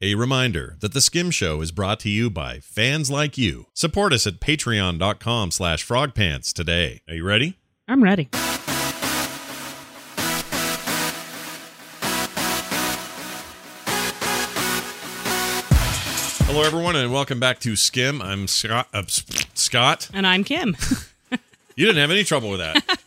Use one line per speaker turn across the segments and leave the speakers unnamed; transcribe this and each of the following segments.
A reminder that the Skim Show is brought to you by fans like you. Support us at patreon.com slash frogpants today. Are you ready?
I'm ready.
Hello, everyone, and welcome back to Skim. I'm Scott. Uh, S- Scott,
And I'm Kim.
you didn't have any trouble with that.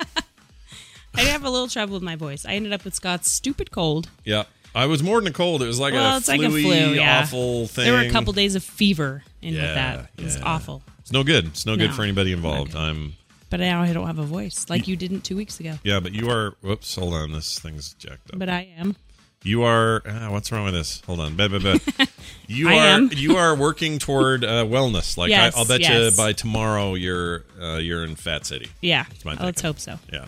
I have a little trouble with my voice. I ended up with Scott's stupid cold.
yeah. I was more than a cold. It was like
well,
a
it's like a
flu-y,
flu. Yeah.
awful thing.
There were a couple days of fever in
Yeah,
with that. It was
yeah.
awful.
It's no good. It's no,
No,
good for anybody involved.
not
I'm,
But now I don't have a voice like you didn't two weeks ago.
yeah, but you are, whoops, hold on. This thing's jacked up.
But I am.
You are. Ah, what's wrong with this? Hold on. Bah, bah, bah. You
I
are.
am.
you are working toward uh, wellness. Like
Yes,
I, I'll bet
yes.
you by tomorrow you're uh, you're in Fat City.
Yeah.
my Um,
Well, let's
thinking.
hope so.
Yeah.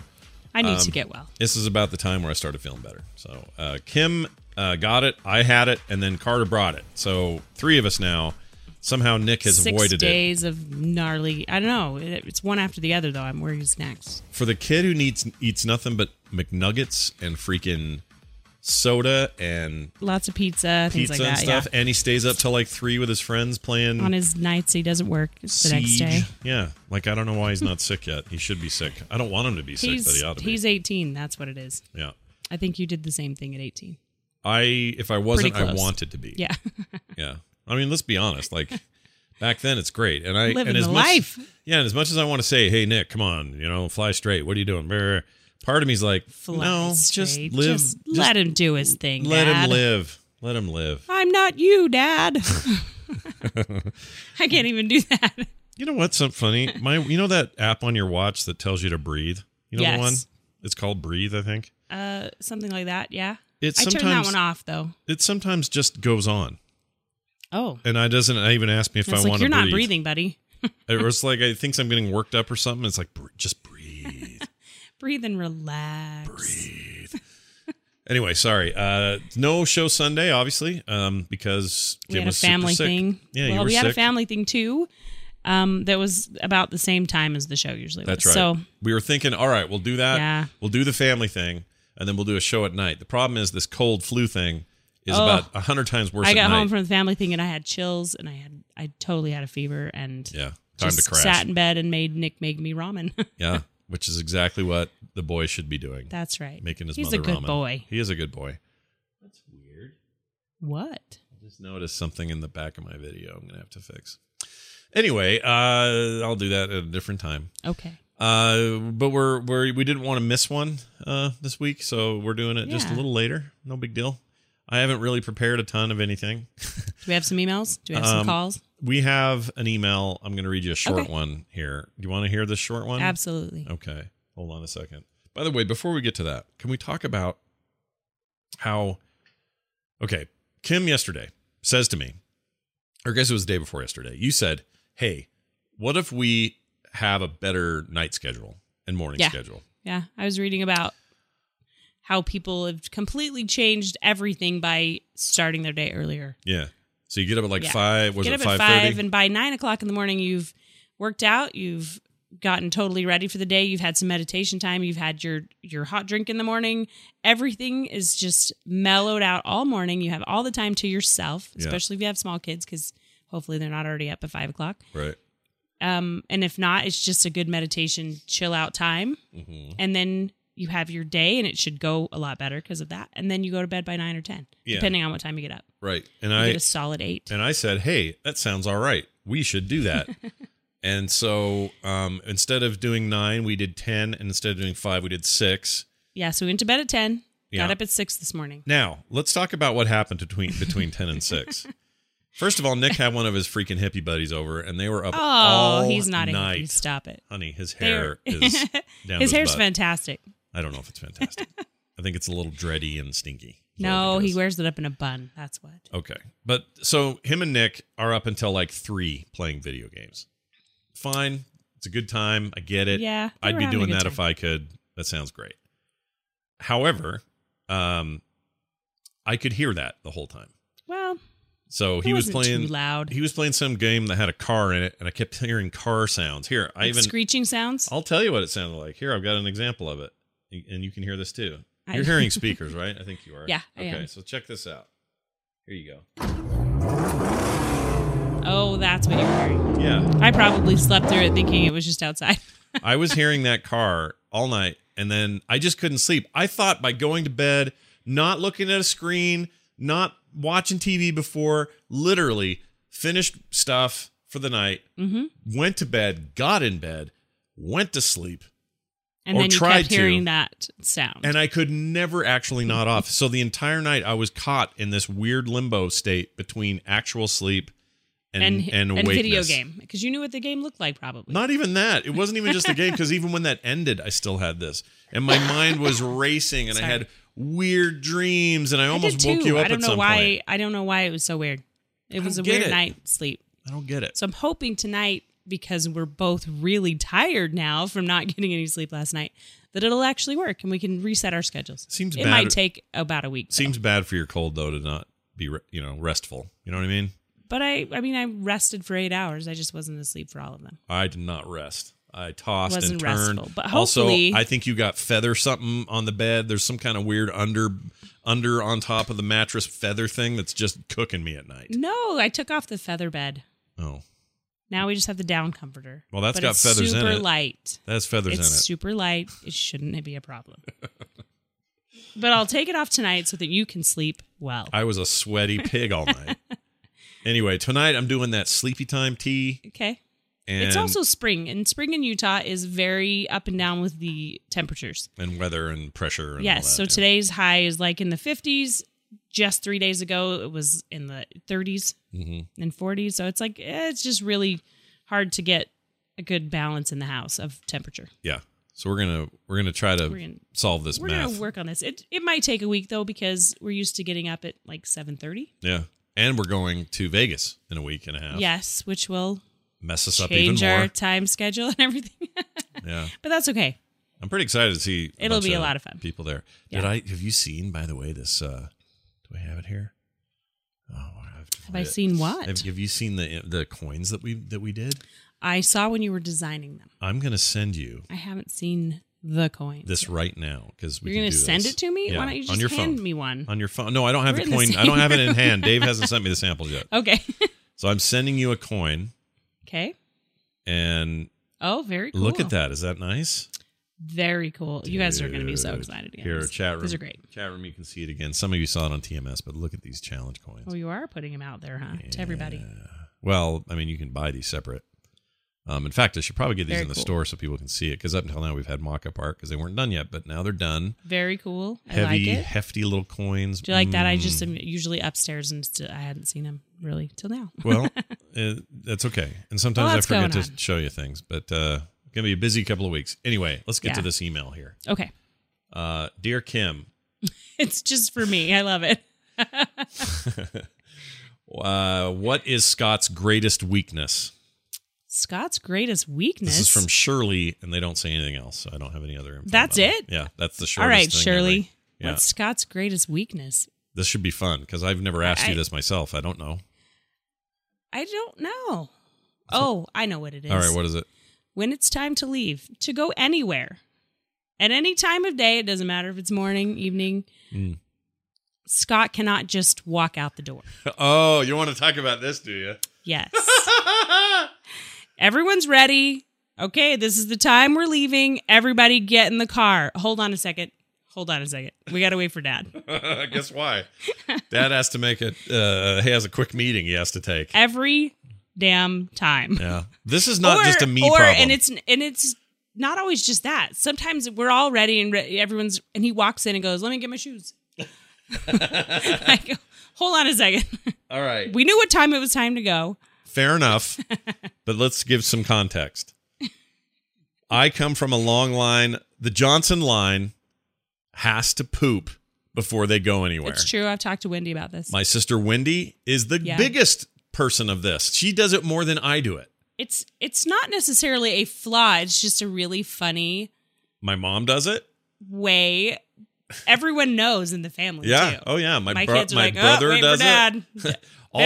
I need to get well.
This is about the time where I started feeling better. So uh, Kim uh, got it. I had it, and then Carter brought it. So three of us now. Somehow Nick has
Six
avoided it.
days of gnarly. I don't know. It- It's one after the other, though. I'm worried who's next.
for the kid who needs eats nothing but McNuggets and freaking soda and
Lots of pizza, things
pizza
like
and
that.
stuff, and he stays up till like three with his friends playing
Yeah. On his nights, he doesn't work. It's the next
Siege.
day.
Yeah, like I don't know why he's not sick yet. He should be sick. I don't want him to be sick, but
He's,
he ought to
he's 18. That's what it is.
be. Yeah,
I think you did the same thing at 18.
I if I wasn't, I
close.
wanted to be.
Yeah.
yeah. I mean, let's be honest. Like back then, it's great, and I
Living
and as
the
much,
life.
Yeah, and as much as I want to say, hey Nick, come on, you know, fly straight. What are you doing? Brr. Part of me's like,
Fly
no, just
straight.
live.
Just let him do his thing.
let him
Dad.
live. Let him live.
I'm not you, Dad. I can't even do that.
You know what's something funny? My, you know that app on your watch that tells you to breathe. You know
Yes.
the one? It's called Breathe, I think.
Uh, something like that. Yeah.
It's
I turned that
sometimes-
one off though.
It sometimes just goes on.
Oh,
and I doesn't even ask me if
it's
I
like
want to
you're not
breathe.
breathing, buddy.
Or it's like I thinks I'm getting worked up or something. It's like "Br- just breathe,
Breathe and relax.
breathe. anyway, sorry. Uh, no show Sunday, obviously, um, because
We
Kim
had a
was super
family
sick.
thing.
Yeah, you
well,
were
we had a
sick.
family thing too. Um, that was about the same time as the show usually.
That's right.
was. So
we were thinking, all right, we'll do that.
Yeah.
We'll do the family thing, and then we'll do a show at night. The problem is this cold flu thing is
Oh.
about a hundred times worse.
I
at
got
night.
home from the family thing and I had chills and I had I totally had a fever and
yeah, time
just
to crash.
sat in bed and made Nick make me ramen.
yeah, which is exactly what the boy should be doing,
That's right.
making his
He's
mother
a good
ramen.
boy.
He is a good boy. That's weird.
What?
Just noticed something in the back of my video I'm going to have to fix. Anyway, uh, I'll do that at a different time.
Okay.
Uh, but we're, we're we didn't want to miss one uh, this week, so we're doing it just a
Yeah.
little later. No big deal. I haven't really prepared a ton of anything.
Do we have some emails? Do we have
Um,
some calls?
We have an email. I'm going to read you a short
Okay.
one here. Do you want to hear this short one?
Absolutely.
Okay. Hold on a second. By the way, before we get to that, can we talk about how Okay, Kim yesterday says to me, or I guess it was the day before yesterday, you said, Hey, what if we have a better night schedule and morning
Yeah.
schedule?
Yeah. I was reading about how people have completely changed everything by starting their day earlier.
Yeah. So you get up at like
Yeah.
five, was it
Get up at
five
five,
thirty?
and by nine o'clock in the morning, you've worked out, you've gotten totally ready for the day, you've had some meditation time, you've had your your hot drink in the morning. Everything is just mellowed out all morning. You have all the time to yourself,
Yeah.
especially if you have small kids, because hopefully they're not already up at five o'clock.
Right.
Um, and if not, it's just a good meditation, chill out time.
Mm-hmm.
and then you have your day and it should go a lot better because of that and then you go to bed by 9 or 10
Yeah.
depending on what time you get up
Right. And
you
I
get a solid 8
And I said, "Hey, that sounds all right. We should do that." and so, um, instead of doing nine, we did ten, and instead of doing five, we did six.
yeah so we went to bed at 10
Yeah.
got up at 6 this morning
Now, let's talk about what happened between between ten and six. First of all, Nick had one of his freaking hippie buddies over, and they were up
oh
all
he's not
night.
a hippie. stop it
Honey, his hair
They're-
is down to
his hair's
butt.
fantastic
I don't know if it's fantastic. I think it's a little dready and stinky. is what I
no
think it
he
is.
wears it up in a bun that's what
Okay. But so him and Nick are up until like three playing video games. Fine. It's a good time. I get it.
yeah they
I'd
were
be
having a
doing
good
that
time.
if I could. That sounds great. However, um, I could hear that the whole time.
well
So he was
too
playing.
loud
He was playing some game that had a car in it, and I kept hearing car sounds. Here, I
Like
even.
screeching sounds
I'll tell you what it sounded like. Here, I've got an example of it, and- and you can hear this too.
I-
You're hearing speakers, right? I think you are.
Yeah, I
Okay,
am.
so check this out. Here you go.
Oh, that's what you were hearing.
Yeah.
I probably slept through it thinking it was just outside.
I was hearing that car all night, and then I just couldn't sleep. I thought by going to bed, not looking at a screen, not watching TV before, literally finished stuff for the night,
Mm-hmm.
went to bed, got in bed, went to sleep,
And
Or
then you
tried
kept
to.
hearing that sound.
and I could never actually nod off. So the entire night I was caught in this weird limbo state between actual sleep and and,
video
awakeness.
game because you knew what the game looked like probably.
Not even that. It wasn't even just the game because even when that ended, I still had this, and my mind was racing, and I
Sorry.
had weird dreams, and I
I did
almost
too.
woke you up
I don't
at
know
some
why.
point.
I don't know why it was so weird. It
I
was a
don't get
weird
it.
night sleep.
I don't get it.
So I'm hoping tonight because we're both really tired now from not getting any sleep last night that it'll actually work and we can reset our schedules.
Seems
it
bad.
might take about a week. though.
Seems bad for your cold though to not be re- you know restful. You know what I mean?
But I I mean I rested for 8 hours. I just wasn't asleep for all of them.
I did not rest. I tossed and
Wasn't
turned.
restful, but
also,
hopefully-
I think you got feather something on the bed. There's some kind of weird under under on top of the mattress feather thing that's just cooking me at night.
No, I took off the feather bed.
Oh,
Now we just have the down comforter.
Well, that's
But
got
it's
feathers in
super
it.
light.
that's feathers
it's
in it.
super light. It shouldn't be a problem. but I'll take it off tonight so that you can sleep well.
I was a sweaty pig all night. anyway, tonight I'm doing that sleepy time tea,
okay.
and
it's also spring, and spring in Utah is very up and down with the temperatures.
and weather and pressure. And all
Yes.
that,
So
yeah.
today's high is like in the 50s. Just three days ago, it was in the 30s
Mhm.
and 40s. So it's like, eh, it's just really hard to get a good balance in the house of temperature.
yeah. So we're gonna we're gonna try to
We're gonna-
solve this
We're
math.
gonna work on this. It it might take a week though because we're used to getting up at like seven thirty.
yeah, and we're going to Vegas in a week and a half.
Yes, which will
mess us Oh. up even
change our
more.
time schedule and everything.
Yeah,
but that's okay.
I'm pretty excited to see.
It'll
bunch
be a lot of fun.
People there.
Yeah.
Did I have you seen? By the way, this uh do I have it here? Oh, I have to
Have
find
I
it.
seen what
Have, have you seen the uh, the coins that we that we did?
I saw when you were designing them?
I'm gonna send you
I haven't seen the coin.
this right now because we
You're
can
gonna
do
send
this.
it to me?
Yeah,
Why don't you just
on your
hand
phone
me one?
on your phone? No, I don't have
We're
the
in the
coin. I
same
don't have it in
room.
hand. Dave hasn't sent me the samples yet,
Okay.
so I'm sending you a coin.
okay.
And
Oh, very cool.
look at that. Is that nice?
Very cool. you guys are gonna be so
Dude.
excited again.
Here, chat room.
These are great.
Chat room. You can see it again. Some of you saw it on TMS, but look at these challenge coins.
Oh, you are putting them out there, huh? To everybody.
Yeah. Well, I mean, you can buy these separate. Um, in fact, I should probably get these
Very
in the
cool.
store so people can see it because up until now we've had mock-up art because they weren't done yet, but now they're done.
Very cool. I
Heavy,
like it.
hefty little coins.
Do you like that? I
Mm.
just am usually upstairs and st- I hadn't seen him really till now.
Well, uh, that's okay. And sometimes I
Lots
forget
going
to
on.
show you things, but uh, gonna be a busy couple of weeks. Anyway, let's get to
Yeah.
this email here.
Okay.
Uh, dear Kim,
It's just for me. I love it.
uh, what is Scott's greatest weakness?
Scott's greatest weakness.
This is from Shirley, and they don't say anything else, so I don't have any other. Info
That's
about
it?
Yeah, that's the shortest.
All right,
thing
Shirley.
ever. Yeah,
What's Scott's greatest weakness?
this should be fun because I've never asked you
I-
this myself. I don't know.
I don't know. Oh, I know what it is.
All right, what is it?
when it's time to leave, to go anywhere, at any time of day, it doesn't matter if it's morning, evening.
Mm.
Scott cannot just walk out the door.
Oh, you want to talk about this, do you?
Yes. Everyone's ready. Okay, this is the time we're leaving. Everybody get in the car. Hold on a second. Hold on a second. We got to wait for dad.
Guess why? Dad has to make a. Uh, he has a quick meeting he has to take.
Every damn time.
Yeah, this is not just a me
or,
problem.
And it's and it's not always just that. Sometimes we're all ready and re- everyone's and he walks in and goes, "Let me get my shoes." I go, Hold on a second.
all right.
We knew what time it was time to go.
Fair enough, but let's give some context. I come from a long line. The Johnson line has to poop before they go anywhere.
It's true. I've talked to Wendy about this.
My sister Wendy is the
Yeah.
biggest person of this. She does it more than I do it.
it's it's not necessarily a flaw. It's just a really funny
My mom does it.
way everyone knows in the family.
yeah.
too.
Oh yeah. My
my
bro-
kids are
my
like,
brother
oh, wait
does
for
it.
dad. Better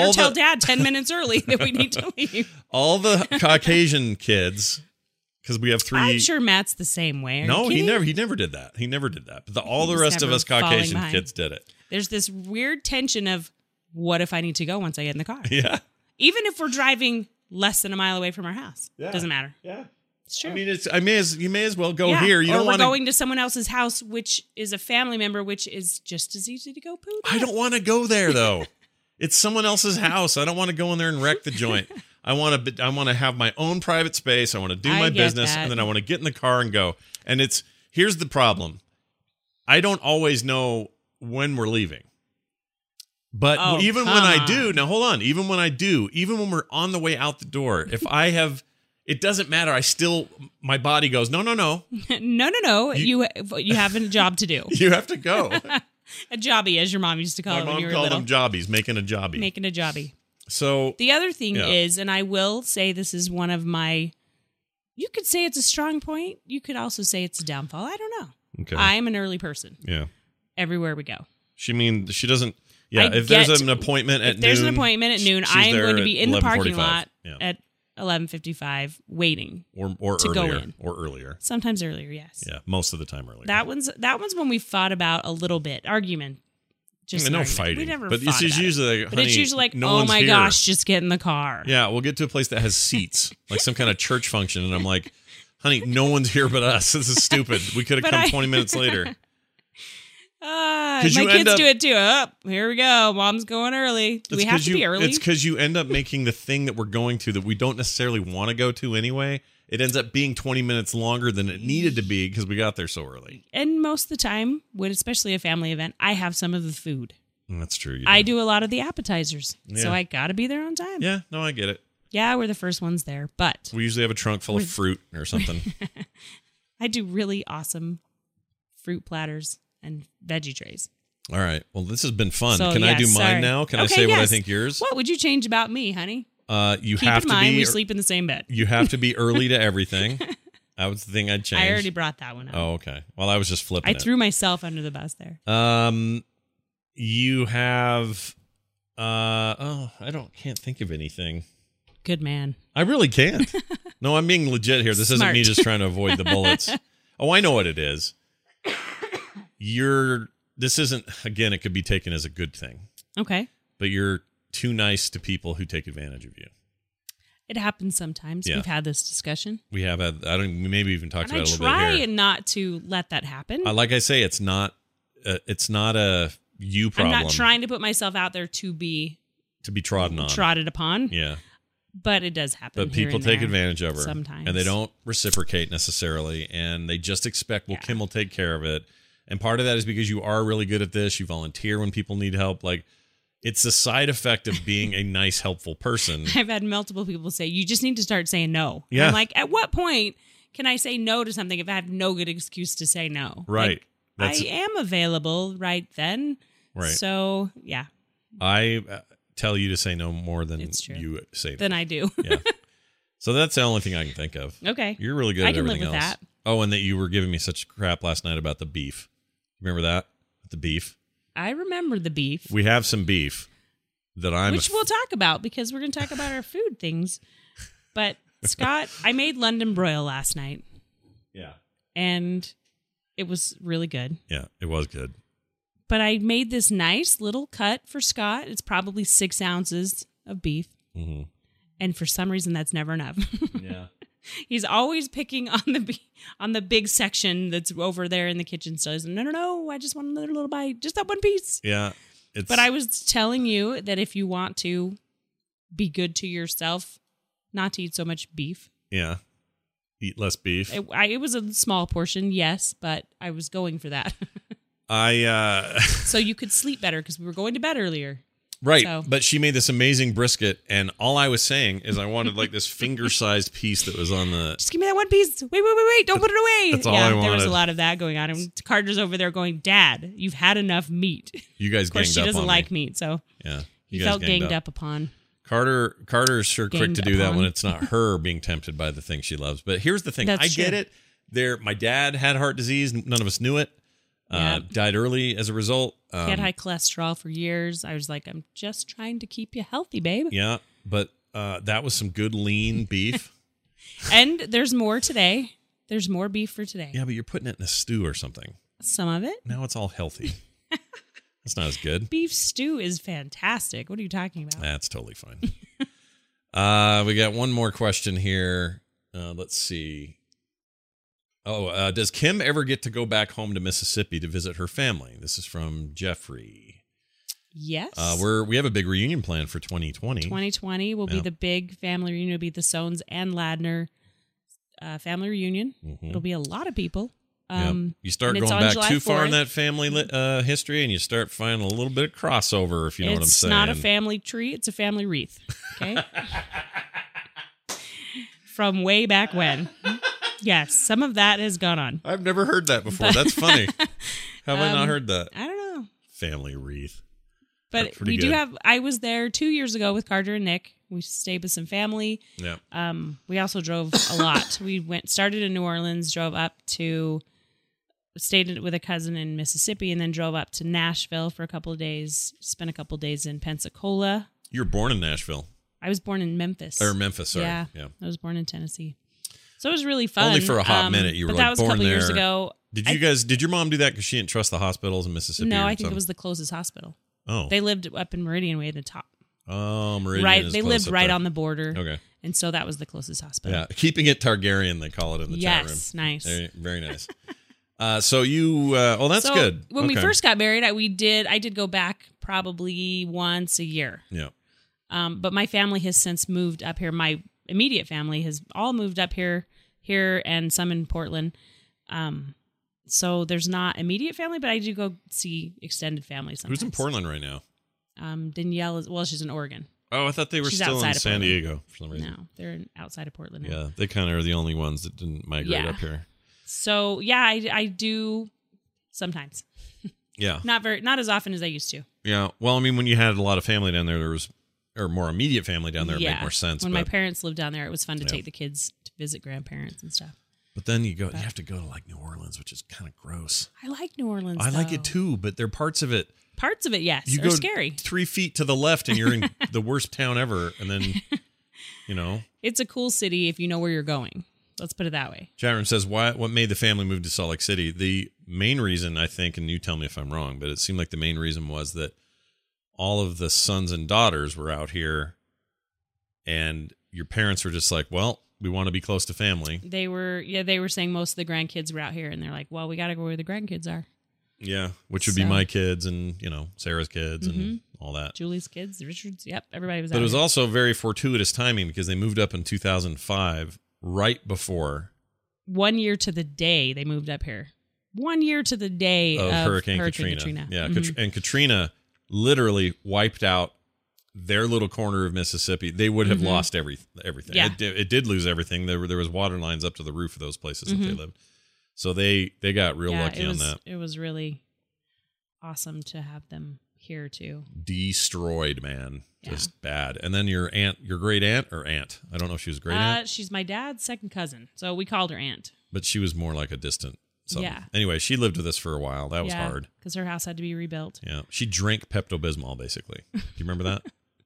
All
tell
the
dad ten minutes early that we need to leave.
all the Caucasian kids, because we have 3
I'm sure Matt's the same way. Are you
no, he
kidding?
never he never did that. He never did that. But the, all the
He's
rest of
never
us
falling
Caucasian
behind.
kids did it.
There's this weird tension of what if I need to go once I get in the car?
Yeah.
Even if we're driving less than a mile away from our house,
Yeah.
doesn't matter.
Yeah.
It's true.
I mean, it's I may as you may as well go
Yeah.
here. You
or
don't
we're
want to.
going to someone else's house, which is a family member, which is just as easy to go poo.
I don't want to go there though. it's someone else's house. I don't want to go in there and wreck the joint. I want to. I want to have my own private space. I want to do
I
my
get
business,
that.
and then I want to get in the car and go. And it's here's the problem. I don't always know when we're leaving. But
Oh,
even when
come
I do,
on.
now hold on. Even when I do, even when we're on the way out the door, if I have, it doesn't matter. I still, my body goes, no, no, no.
no, no, no. You
You-
you, have a job to do.
You have to go.
A jobby, as your mom used to call
my
it when
mom
you were
called
little.
them jobbies, making a jobbie.
Making a jobby.
so
The other thing
Yeah.
is, and I will say this is one of my. You could say it's a strong point. You could also say it's a downfall. I don't know.
okay,
I am an early person.
yeah.
Everywhere we go.
She means she doesn't. Yeah,
I
if
get-
there's an appointment at
if there's
noon,
an appointment at
sh-
noon,
she's
I am
there
going to
at
be in the parking
11:45.
lot
Yeah.
at 11:55 waiting.
or or
to go
earlier
in.
or earlier.
Sometimes earlier, yes.
Yeah, most of the time earlier.
That one's that one's when we fought about a little bit argument. Just
I mean,
an
no
argument.
fighting,
We never
but
fought
this is
about it.
usually like,
But
honey,
it's usually like,
no
oh
one's
my
here.
gosh, just get in the car.
Yeah, we'll get to a place that has seats, like some kind of church function, and I'm like, honey, no one's here but us. This is stupid. We could have
But
come
I-
20 minutes later.
Ah,
'Cause
my
you end
kids
up-
do it too. Oh, here we go. Mom's going early. Do we
It's
have
'cause
to
you,
be early?
It's because you end up making the thing that we're going to that we don't necessarily want to go to anyway. It ends up being 20 minutes longer than it needed to be because we got there so early.
and most of the time, when especially a family event, I have some of the food.
And Mm, that's true. you
I do a lot of the appetizers, so
Yeah.
I gotta be there on time.
Yeah, no, I get it.
Yeah, we're the first ones there, but
We usually have a trunk full of fruit or something.
I do really awesome fruit platters and veggie trays.
All right. Well, this has been fun.
So,
Can I
yeah,
do mine
sorry.
now? Can I
Okay,
say what I
yes.
think yours?
What would you change about me, honey?
Uh, you
Keep
have
in
to
mind
be
we sleep in the same bed.
you have to be early to everything. that was the thing I'd change.
I already brought that one up.
Oh, okay. Well, I was just flipping.
I
it.
threw myself under the bus there.
Um, you have. Uh oh, I don't can't think of anything.
Good man.
I really can't. no, I'm being legit here. This isn't me
Smart.
just trying to avoid the bullets. oh, I know what it is. You're. This isn't again. It could be taken as a good thing,
Okay.
but you're too nice to people who take advantage of you.
It happens sometimes.
Yeah.
We've had this discussion.
We have had. I don't. We maybe even talked
and I
about it a little
try
bit here.
and not to let that happen.
Uh, like I say, it's not. Uh, it's not a you
I'm
problem.
not trying to put myself out there to be
to be trodden on.
trotted upon,
Yeah,
but it does happen.
but
here
people
and
take
there.
advantage of her
sometimes.
and they don't reciprocate necessarily, and they just expect, well,
Yeah.
Kim will take care of it. And part of that is because you are really good at this. You volunteer when people need help. Like, it's a side effect of being a nice, helpful person.
I've had multiple people say, you just need to start saying no.
Yeah.
I'm like, at what point can I say no to something if I have no good excuse to say no?
Right.
Like,
That's
I am available right then.
right.
So, yeah,
I uh, tell you to say no more than
It's true.
you say.
then I do.
yeah. So that's the only thing I can think of.
okay.
You're really good
I
at
can live
everything
with
else.
that.
Oh, and that you were giving me such crap last night about the beef. Remember that? The beef.
I remember the beef,
We have some beef that I'm
which we'll talk about because we're going to talk about our food things. But Scott, I made London broil last night
Yeah.
and it was really good.
Yeah, it was good.
But I made this nice little cut for Scott. It's probably six ounces of beef.
hmm
And for some reason, that's never enough.
Yeah.
He's always picking on the be- on the big section that's over there in the kitchen. So he's no, no, no. I just want another little bite, just that one piece.
Yeah. It's
But I was telling you that if you want to be good to yourself, not to eat so much beef.
yeah. Eat less beef.
It, I, it was a small portion, yes, but I was going for that.
I uh
so you could sleep better because we were going to bed earlier.
right,
So-
but she made this amazing brisket and all I was saying is I wanted like this finger-sized piece that was on the
Just give me that one piece. Wait, wait, wait, wait. Don't put it away.
That's all
yeah,
I
There was a
wanted.
lot of that going on. And Carter's over there going, Dad, you've had enough meat.
you guys
Of course,
ganged
she
up
doesn't
on
like
me.
meat. So
Yeah.
he
You guys
felt
ganged
ganged up upon.
Carter Carter is sure quick
Ganged
to do that
upon.
when it's not her being tempted by the thing she loves. But here's the thing:
That's
I get
true.
it. There, my dad had heart disease. None of us knew it. Uh,
Yeah.
Died early as a result. Um,
He had high cholesterol for years. I was like, I'm just trying to keep you healthy, babe.
yeah, but uh, that was some good lean beef.
And there's more today. There's more beef for today.
yeah, but you're putting it in a stew or something.
Some of it.
Now it's all healthy. It's not as good.
Beef stew is fantastic. What are you talking about?
That's totally fine. uh, we got one more question here. Uh, let's see. Oh, uh, does Kim ever get to go back home to Mississippi to visit her family? This is from Jeffrey.
Yes.
Uh, we're we have a big reunion plan for 2020.
2020 will
Yeah.
be the big family reunion. It'll be the Sones and Ladner uh, family reunion.
Mhm.
It'll be a lot of people.
Yep.
Um,
You start
and
going
it's on
back
July
too far in
4th.
that family li- uh, history, and you start finding a little bit of crossover. If you know what I'm
it's
saying.
not a family tree; it's a family wreath. Okay. From way back when. Yes, some of that has gone on.
I've never heard that before. That's funny. Have I not
Um,
heard that?
I don't know.
Family wreath.
But
That's pretty
we do
good.
have. I was there two years ago with Carter and Nick. We stayed with some family.
Yeah.
Um, we also drove a lot. we went started in New Orleans, drove up to stayed with a cousin in Mississippi, and then drove up to Nashville for a couple of days. Spent a couple of days in Pensacola.
You were born in Nashville
I was born in Memphis.
or Memphis, sorry. Yeah.
Yeah. I was born in Tennessee, so it was really fun. Um,
Only for a hot minute you
but
were,
that
like,
was a
born
couple years
there.
ago.
Did you
I-
guys? Did your mom do that because she didn't trust the hospitals in Mississippi?
No,
or
I think it
something?
was the closest hospital.
Oh,
They lived up in Meridian, way at the top.
oh, Meridian
right,
is
they
close
lived
up
right
there.
on the border,
Okay,
and so that was the closest hospital.
yeah, keeping it Targaryen, they call it in the chat room.
yes, nice.
Very, very nice. uh, so you, uh, oh, that's
So,
good.
When we
Okay.
first got married, I we did I did go back probably once a year.
yeah,
Um, but my family has since moved up here. My immediate family has all moved up here, here and some in Portland. Um, so there's not immediate family, but I do go see extended family sometimes.
who's in Portland right now?
Um, Danielle is well, she's in Oregon.
Oh, I thought they were
She's
still
outside
in
of
San
Portland.
Diego for some reason.
No, they're in- outside of Portland. now.
Yeah, they kind of are the only ones that didn't migrate
Yeah.
up here.
So yeah, I, I do sometimes.
Yeah,
Not very, not as often as I used to.
yeah. Well, I mean, when you had a lot of family down there, there was, or more immediate family down there, it
Yeah.
made more sense.
when
but,
my parents lived down there, it was fun to
Yeah.
take the kids to visit grandparents and stuff.
but then you go, you have to go to like New Orleans, which is kind of gross.
I like New Orleans.
I like it
though.
too, but there are parts of it
Parts of it, yes,
you
are
go
scary.
three feet to the left and you're in the worst town ever. And then, you know,
It's a cool city if you know where you're going. Let's put it that way.
chat room says, why, what made the family move to Salt Lake City? The main reason I think, and you tell me if I'm wrong, but it seemed like the main reason was that all of the sons and daughters were out here and your parents were just like, well, we want to be close to family.
They were, yeah, they were saying most of the grandkids were out here, and they're like, "Well, we got to go where the grandkids are."
Yeah. Which would be
So-
my kids and, you know, Sarah's kids and
Mhm.
all that.
Julie's kids, the Richards, yep, everybody was.
But
out
it was
here.
also very fortuitous timing because they moved up in 2005, right before
one year to the day they moved up here. One year to the day
of,
of,
Oh,
Mm-hmm.
Hurricane, Katrina. Yeah, Kat- and Katrina literally wiped out their little corner of Mississippi. They would have
Mhm.
lost every everything.
Yeah.
It, did- it did lose everything. There were there was water lines up to the roof of those places that they
Mhm.
lived. So they they got real lucky
it was,
on that.
It was really awesome to have them here too.
Destroyed, man.
Yeah.
Just bad. And then your aunt, your great aunt or aunt, I don't know if she was great
Uh,
aunt,
she's my dad's second cousin, so we called her aunt.
but she was more like a distant. Something.
Yeah.
Anyway, she lived with us for a while. That was hard.
because her house had to be rebuilt.
Yeah. She drank Pepto Bismol, basically. Do you remember that?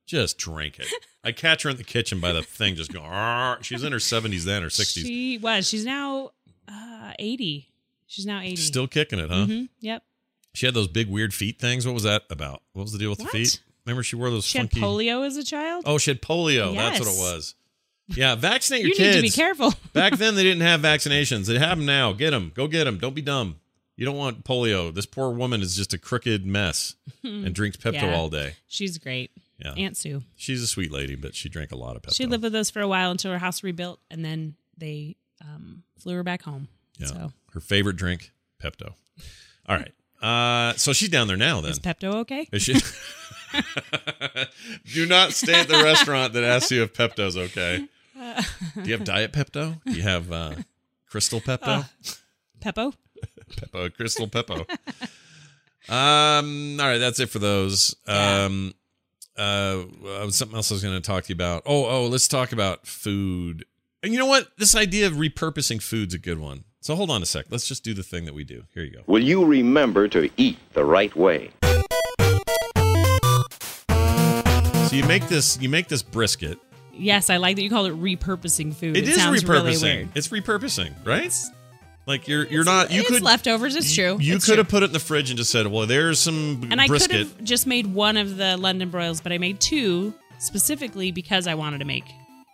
just drank it. I catch her in the kitchen by the thing, just going, "Arr." she was in her 70s then or 60s.
She was. She's now uh, eighty. She's now eighty.
Still kicking it, huh?
Mhm. Yep.
She had those big, weird feet things. What was that about? What was the deal with
What?
the feet? Remember, she wore those
She
funky.
had polio as a child.
Oh, she had polio. That's what it
Yes.
was. Yeah, vaccinate
you
your
need
kids.
to be careful.
Back then, they didn't have vaccinations. They have them now. Get them. Go get them. Don't be dumb. You don't want polio. This poor woman is just a crooked mess and Oh, drinks Pepto
Yeah.
all day.
She's great,
Yeah.
Aunt Sue.
She's a sweet lady, but she drank a lot of Pepto.
She lived with us for a while until her house rebuilt, and then they um, flew her back home.
Yeah.
So
Her favorite drink, Pepto. All right. Uh, so she's down there now then.
is Pepto okay?
Is she? Do not stay at the restaurant that asks you if Pepto's okay.
Uh,
Do you have Diet Pepto? Do you have uh, Crystal
Oh,
Pepto?
Peppo.
Peppo, uh, Crystal Peppo. um. All right, that's it for those. Um. Uh, uh, something else I was going to talk to you about. Oh, oh, let's talk about food. And you know what? This idea of repurposing food's a good one. So hold on a sec. Let's just do the thing that we do. Here you go.
Will you remember to eat the right way?
So you make this you make this brisket.
Yes, I like that you called it repurposing food.
It is
sounds
repurposing.
Really weird.
It's repurposing, right? Like you're you're not you
it's
could
leftovers. It's true.
You
It's
could
true.
have put it in the fridge and just said, "Well, there's some
And I could
brisket."
have just made one of the London broils, but I made two specifically because I wanted to make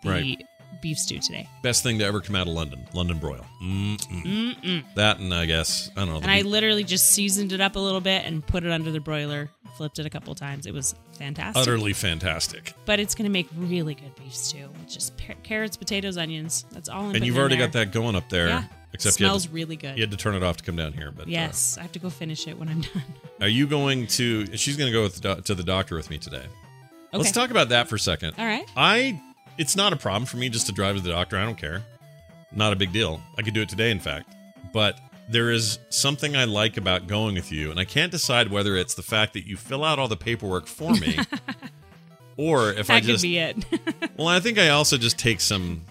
the
Right.
beef stew today.
Best thing to ever come out of London, London broil. Mm-mm. That and I guess I don't know. the
And I
beef-
literally just seasoned it up a little bit and put it under the broiler, flipped it a couple times. It was fantastic.
utterly fantastic.
But it's going to make really good beef stew with just par- carrots, potatoes, onions. That's all. I'm
and
putting
you've
in
already
there.
got that going up there.
Yeah.
Except you had,
smells
to,
really good.
you had to turn it off to come down here. But uh,
yes, I have to go finish it when I'm done.
are you going to? She's going to go with the doc- to the doctor with me today.
Okay.
Let's talk about that for a second.
All right.
I it's not a problem for me just to drive to the doctor. I don't care. Not a big deal. I could do it today, in fact. But there is something I like about going with you, and I can't decide whether it's the fact that you fill out all the paperwork for me, or if
That
I
could
just
be it.
well, I think I also just take some.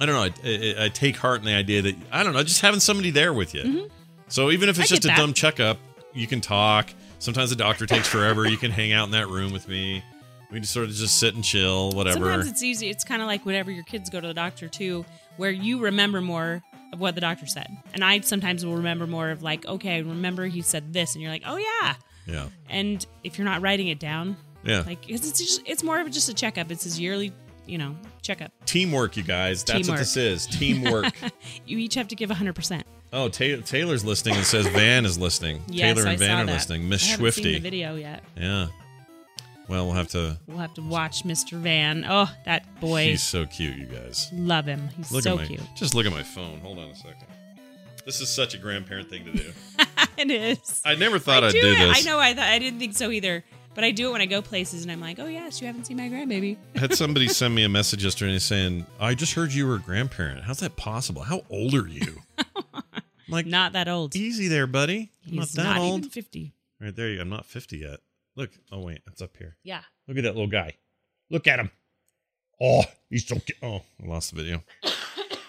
I don't know. I, I, I take heart in the idea that I don't know, just having somebody there with you. So even if
Mm-hmm. I
it's just a
get that.
dumb checkup, you can talk. Sometimes the doctor takes forever. you can hang out in that room with me. We just sort of just sit and chill, whatever.
Sometimes it's easy. It's kind of like whenever your kids go to the doctor too, where you remember more of what the doctor said, and I sometimes will remember more of like, okay, I remember he said this, and you're like, oh yeah.
yeah,
And if you're not writing it down,
yeah.
like 'cause it's just, it's more of just a checkup. It's his yearly, you know, checkup.
Teamwork, you guys. That's what
Teamwork.
this is. Teamwork.
You each have to give 100. percent
oh, Ta- Taylor's listening and says Van is listening.
Yes,
Taylor
I
and Van
saw
are
that.
listening. Miss
I haven't seen the
Swifty.
video yet.
Yeah. Well, we'll have to.
We'll have to watch Mr. Van. Oh, that boy,
He's so cute, you guys.
love him. He's
Look
so
at my,
cute.
Just look at my phone. Hold on a second. This is such a grandparent thing to do.
it is.
I never thought I'd
do
do,
it.
this.
I know. I thought I didn't think so either. But I do it when I go places, and I'm like, oh yes, you haven't seen my grandbaby.
Had somebody send me a message yesterday saying, "I just heard you were a grandparent. How's that possible? How old are you?" I'm like,
Not that old.
easy there, buddy. I'm not
He's
that
not
old.
even fifty.
Right there, you- I'm not 50 yet. Look. Oh wait, it's up here.
Yeah.
Look at that little guy. Look at him. Oh, he's so cute. Oh, I lost the video.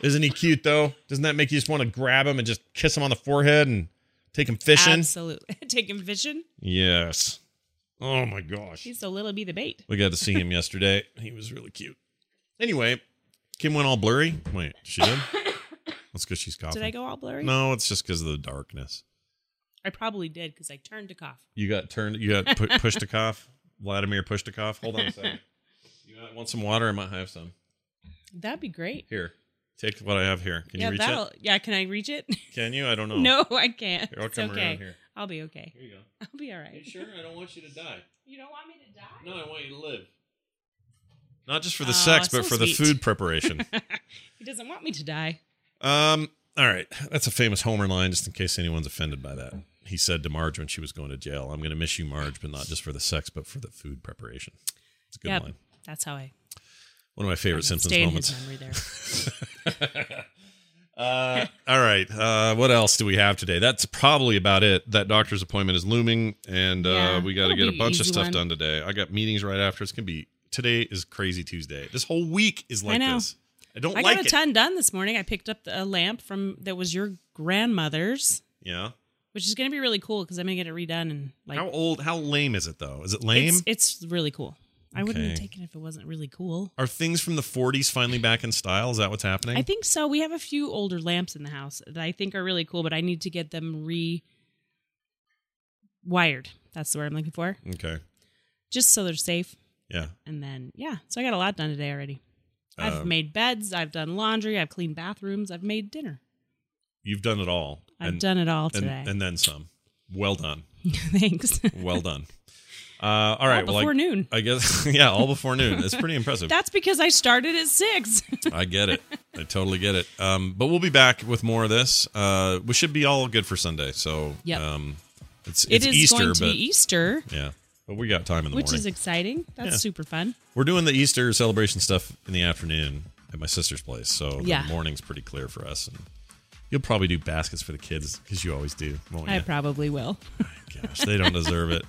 Isn't he cute though? Doesn't that make you just want to grab him and just kiss him on the forehead and take him fishing?
Absolutely. Take him fishing.
Yes. Oh my gosh.
He's so little be the bait.
We got to see him yesterday. He was really cute. Anyway, Kim went all blurry. Wait, she did? That's because she's coughing.
Did I go all blurry?
No, it's just because of the darkness.
I probably did because I turned to cough.
You got turned. You got pu- pushed to cough. Vladimir pushed to cough. Hold on a second. You got- want some water? I might have some.
That'd be great.
Here, take what I have here. Can
yeah,
you reach
that'll.
it?
Yeah, can I reach it?
Can you? I don't know.
No, I can't.
Here, I'll
It's
come
okay.
around here.
I'll be okay.
Here you go.
I'll be all
Are you
right.
sure? I don't want you to die.
You don't want me to die?
No, I want you to live. Not just for the
Aw,
sex, but
so
for the
sweet.
food preparation.
He doesn't want me to die.
Um. All right, that's a famous Homer line. Just in case anyone's offended by that, he said to Marge when she was going to jail, "I'm going to miss you, Marge, but not just for the sex, but for the food preparation." It's a good
yep.
line.
That's how I
One of my favorite Simpsons
stay in
moments.
his memory there.
Uh, all right. Uh, what else do we have today? That's probably about it. That doctor's appointment is looming, and uh,
Yeah,
we got to
that'll
get a
be
bunch of
easy
stuff
one.
done today. I got meetings right after. It's gonna be today is crazy Tuesday. This whole week is like
know.
this. I don't
I
like
got a
it.
ton done this morning. I picked up a lamp from that was your grandmother's,
yeah.
which is going to be really cool because I'm going to get it redone and like
how old? How lame is it though? Is it lame?
it's, it's really cool. I wouldn't have
Okay.
taken it if it wasn't really cool.
Are things from the 40s finally back in style? Is that what's happening?
I think so. We have a few older lamps in the house that I think are really cool, but I need to get them rewired. That's the word I'm looking for,
okay.
just so they're safe.
Yeah.
And then yeah, so I got a lot done today already. I've
Uh,
made beds, I've done laundry, I've cleaned bathrooms, I've made dinner.
You've done it all.
I've done it all
and,
today.
and then some. Well done.
Thanks.
Well done. Uh, all right.
All
well,
before
I,
noon.
I guess yeah, all before noon. That's pretty impressive.
That's because I started at six.
I get it. I totally get it. Um, but we'll be back with more of this. Uh, we should be all good for Sunday. So
Yep.
um, it's
it
it's
is
Easter,
going to
but
be Easter,
yeah, but we got time in the
which
morning.
is exciting. That's
Yeah.
super fun.
We're doing the Easter celebration stuff in the afternoon at my sister's place, so
Yeah.
the morning's pretty clear for us. And you'll probably do baskets for the kids because you always do, won't
I
you?
probably will.
Gosh, they don't deserve it.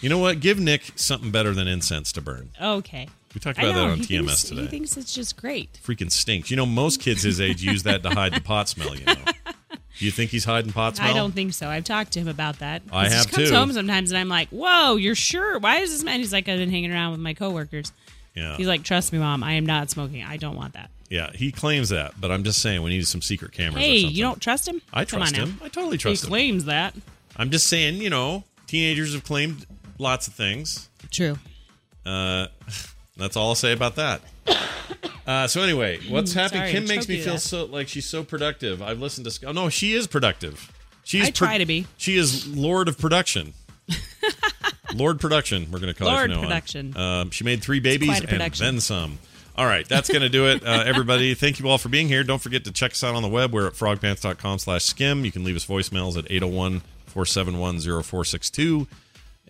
You know what? Give Nick something better than incense to burn.
Okay.
We talked
I
about that
know,
on
he
TMS
thinks-
today.
He thinks it's just great.
Freaking stinks. You know, most kids his age use that to hide the pot smell. You know. Do you think he's hiding pot smell?
I don't think so. I've talked to him about that.
I
'Cause
have
he comes
too.
home sometimes, and I'm like, "Whoa, you're sure? Why is this man?" He's like, "I've been hanging around with my coworkers."
Yeah.
He's like, trust me, mom, I am not smoking. I don't want that.
Yeah, he claims that, but I'm just saying we need some secret cameras.
Hey,
or something.
you don't trust him?
I
Come on
trust
now.
him. I totally
He
trust him.
claims that.
I'm just saying, you know, teenagers have claimed lots of things.
True.
Uh, that's all I'll say about that. Uh, so anyway, what's happening?
Mm, Sorry,
Kim
I
makes me
choked you
feel
there.
so like she's so productive. I've listened to. Sc- Oh no, she is productive. She's
I try to be.
She is Lord of Production. Lord Production, we're going to call her
Lord
from now on.
Production.
Um, she made three babies
quite a
and
production.
then some. All right, that's going to do it, uh, everybody. Thank you all for being here. Don't forget to check us out on the web. We're at frogpants.com slash skim. You can leave us voicemails at 801-471-0462.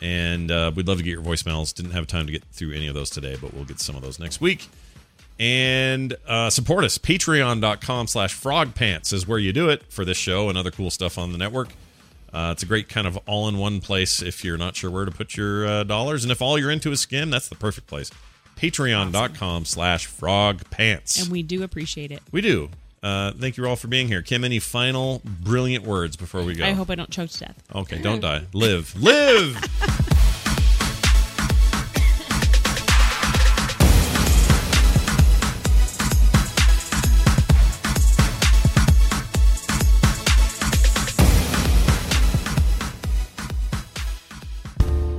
And uh, we'd love to get your voicemails. Didn't have time to get through any of those today, but we'll get some of those next week and uh, support us patreon.com slash frogpants is where you do it for this show and other cool stuff on the network uh, it's a great kind of all-in-one place if you're not sure where to put your uh, dollars and if all you're into is skim that's the perfect place patreon.com slash frogpants
And we do appreciate it.
we do uh, thank you all for being here kim any final brilliant words before we go
I hope I don't choke to death.
okay don't die live live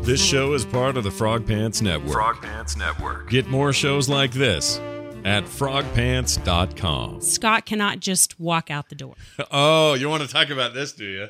This show is part of the Frog Pants Network. Frog Pants Network. Get more shows like this at frogpants.com.
Scott cannot just walk out the door.
Oh, you want to talk about this, do you?